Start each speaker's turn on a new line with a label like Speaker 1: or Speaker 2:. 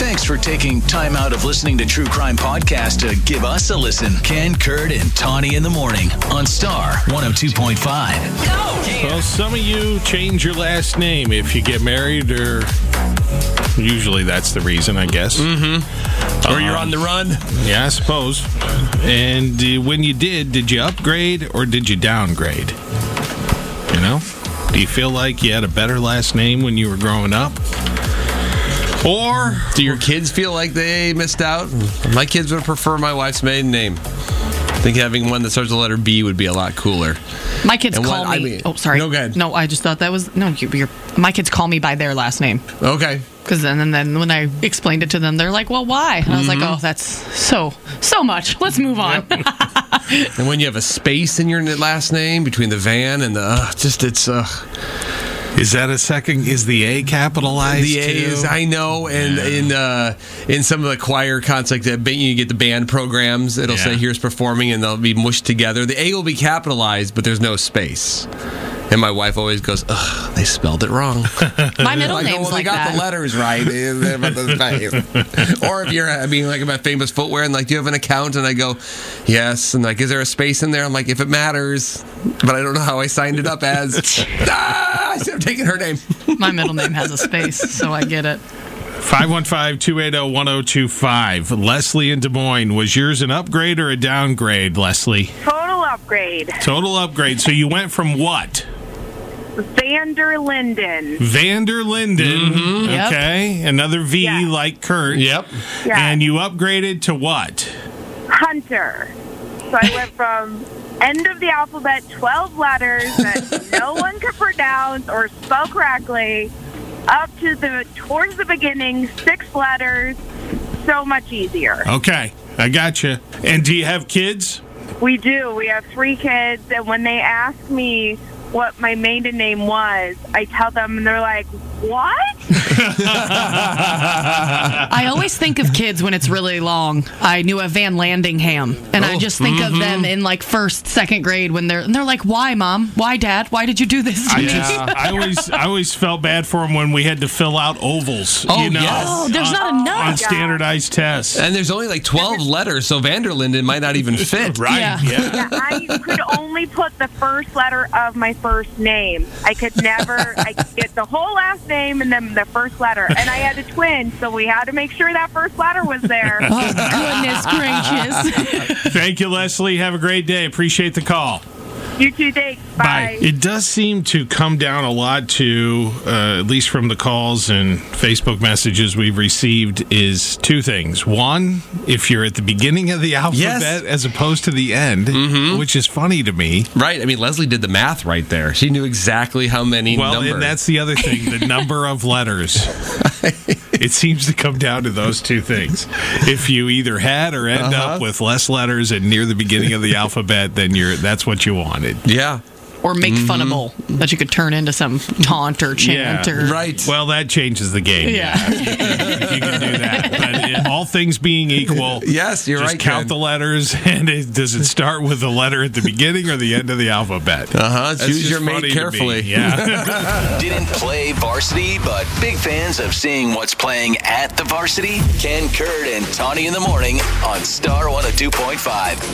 Speaker 1: Thanks for taking time out of listening to True Crime Podcast to give us a listen. Ken, Kurt, and Tawny in the morning on Star 102.5.
Speaker 2: Well, some of you change your last name if you get married, or usually that's the reason, I guess.
Speaker 3: Mm-hmm.
Speaker 2: Um,
Speaker 3: Or you're on the run.
Speaker 2: Yeah, I suppose. And uh, when you did, did you upgrade or did you downgrade? You know? Do you feel like you had a better last name when you were growing up? Or
Speaker 3: Do your kids feel like they missed out? My kids would prefer my wife's maiden name. I think having one that starts with the letter B would be a lot cooler.
Speaker 4: My kids
Speaker 3: And
Speaker 4: call
Speaker 3: what- I
Speaker 4: me.
Speaker 3: mean-
Speaker 4: oh, sorry.
Speaker 3: No, go ahead.
Speaker 4: No, I just thought that was no. You, you're, my kids call me by their last name
Speaker 3: Okay.
Speaker 4: because then and then when I explained it to them, they're like, "Well, why?" And I was
Speaker 3: Mm-hmm.
Speaker 4: like, "Oh, that's so so much. Let's move on."
Speaker 3: And when you have a space in your last name between the van and the, uh, just it's, uh,
Speaker 2: is that a second? Is the A capitalized?
Speaker 3: the A
Speaker 2: too?
Speaker 3: is I know, and in uh, in some of the choir concepts that ba- you get the band programs, it'll
Speaker 2: Yeah.
Speaker 3: say here's performing, and they'll be mushed together. The A will be capitalized, but there's no space. And my wife always goes, "Ugh, they spelled it wrong."
Speaker 4: my middle
Speaker 3: Like, oh,
Speaker 4: name's
Speaker 3: well, they
Speaker 4: like
Speaker 3: got
Speaker 4: that.
Speaker 3: the letters right. but the space. or if you're, I mean, like about famous footwear, and like, do you have an account? And I go, yes. And like, is there a space in there? I'm like, if it matters, but I don't know how I signed it up as. ah, I should have taken her name.
Speaker 4: my middle name has a space, so I get it.
Speaker 2: oh, 515-280-1025. Leslie in Des Moines, was yours an upgrade or a downgrade, Leslie?
Speaker 5: Total upgrade.
Speaker 2: Total upgrade. So you went from what?
Speaker 5: Vander Linden.
Speaker 2: Vander Linden.
Speaker 4: Yep.
Speaker 2: Okay. Another V
Speaker 5: Yeah.
Speaker 2: like Kurt. Yep.
Speaker 5: Yeah.
Speaker 2: And you upgraded to what?
Speaker 5: Hunter. So I went from end of the alphabet, 12 letters that no one could pronounce or spell correctly, up to the towards the beginning, six letters. So much easier.
Speaker 2: Okay. I gotcha. And do you have kids?
Speaker 5: We do. We have three kids, and when they ask me what my maiden name was, I tell them, and they're like, "What?"
Speaker 4: I always think of kids when it's really long. I knew a Van Landingham, and
Speaker 3: Oh.
Speaker 4: I just think of them
Speaker 3: Mm-hmm.
Speaker 4: in like first, second grade when they're and they're like, "Why, mom? Why, dad? Why did you do this?" to
Speaker 2: I
Speaker 4: me?"
Speaker 2: just I always I always felt bad for them when we had to fill out ovals.
Speaker 3: Oh,
Speaker 2: you know,
Speaker 3: yes.
Speaker 4: oh, there's not
Speaker 2: on
Speaker 4: enough.
Speaker 2: standardized tests.
Speaker 3: And there's only like 12 letters, so Vanderlinden might not even fit.
Speaker 2: right.
Speaker 4: Yeah.
Speaker 2: yeah.
Speaker 5: Yeah, I could only put the first letter of my first name. I could never. I could get the whole last name and then the first letter. And I had a twin, so we had to make sure that first letter was there.
Speaker 4: Oh, goodness gracious.
Speaker 2: Thank you, Leslie. Have a great day. Appreciate the call.
Speaker 5: you two, thanks. Bye.
Speaker 2: It does seem to come down a lot to, uh, at least from the calls and Facebook messages we've received, is two things. One, if you're at the beginning of the alphabet as opposed to the end, which is funny to me.
Speaker 3: Right. I mean, Leslie did the math right there. She knew exactly how many
Speaker 2: Well,
Speaker 3: numbers.
Speaker 2: and that's the other thing the number of letters. it seems to come down to those two things. If you either had or end up with less letters and near the beginning of the alphabet, then you're that's what you wanted.
Speaker 3: yeah.
Speaker 4: or make funnable that you could turn into some taunt or chant or
Speaker 3: Right.
Speaker 2: Well, that changes the game.
Speaker 4: Yeah.
Speaker 2: if you can do that. But it, all things being equal,
Speaker 3: Yes, you're
Speaker 2: just
Speaker 3: right,
Speaker 2: count
Speaker 3: Ken.
Speaker 2: the letters, and it, does it start with the letter at the beginning or the end of the alphabet?
Speaker 3: Uh huh.
Speaker 2: That's
Speaker 3: Choose
Speaker 2: just
Speaker 3: your
Speaker 2: funny
Speaker 3: mate
Speaker 2: to me.
Speaker 3: carefully.
Speaker 2: Yeah.
Speaker 1: Didn't play varsity, but big fans of seeing what's playing oh at the varsity? Ken, Kurt, and Tawny in the morning on Star 102.5.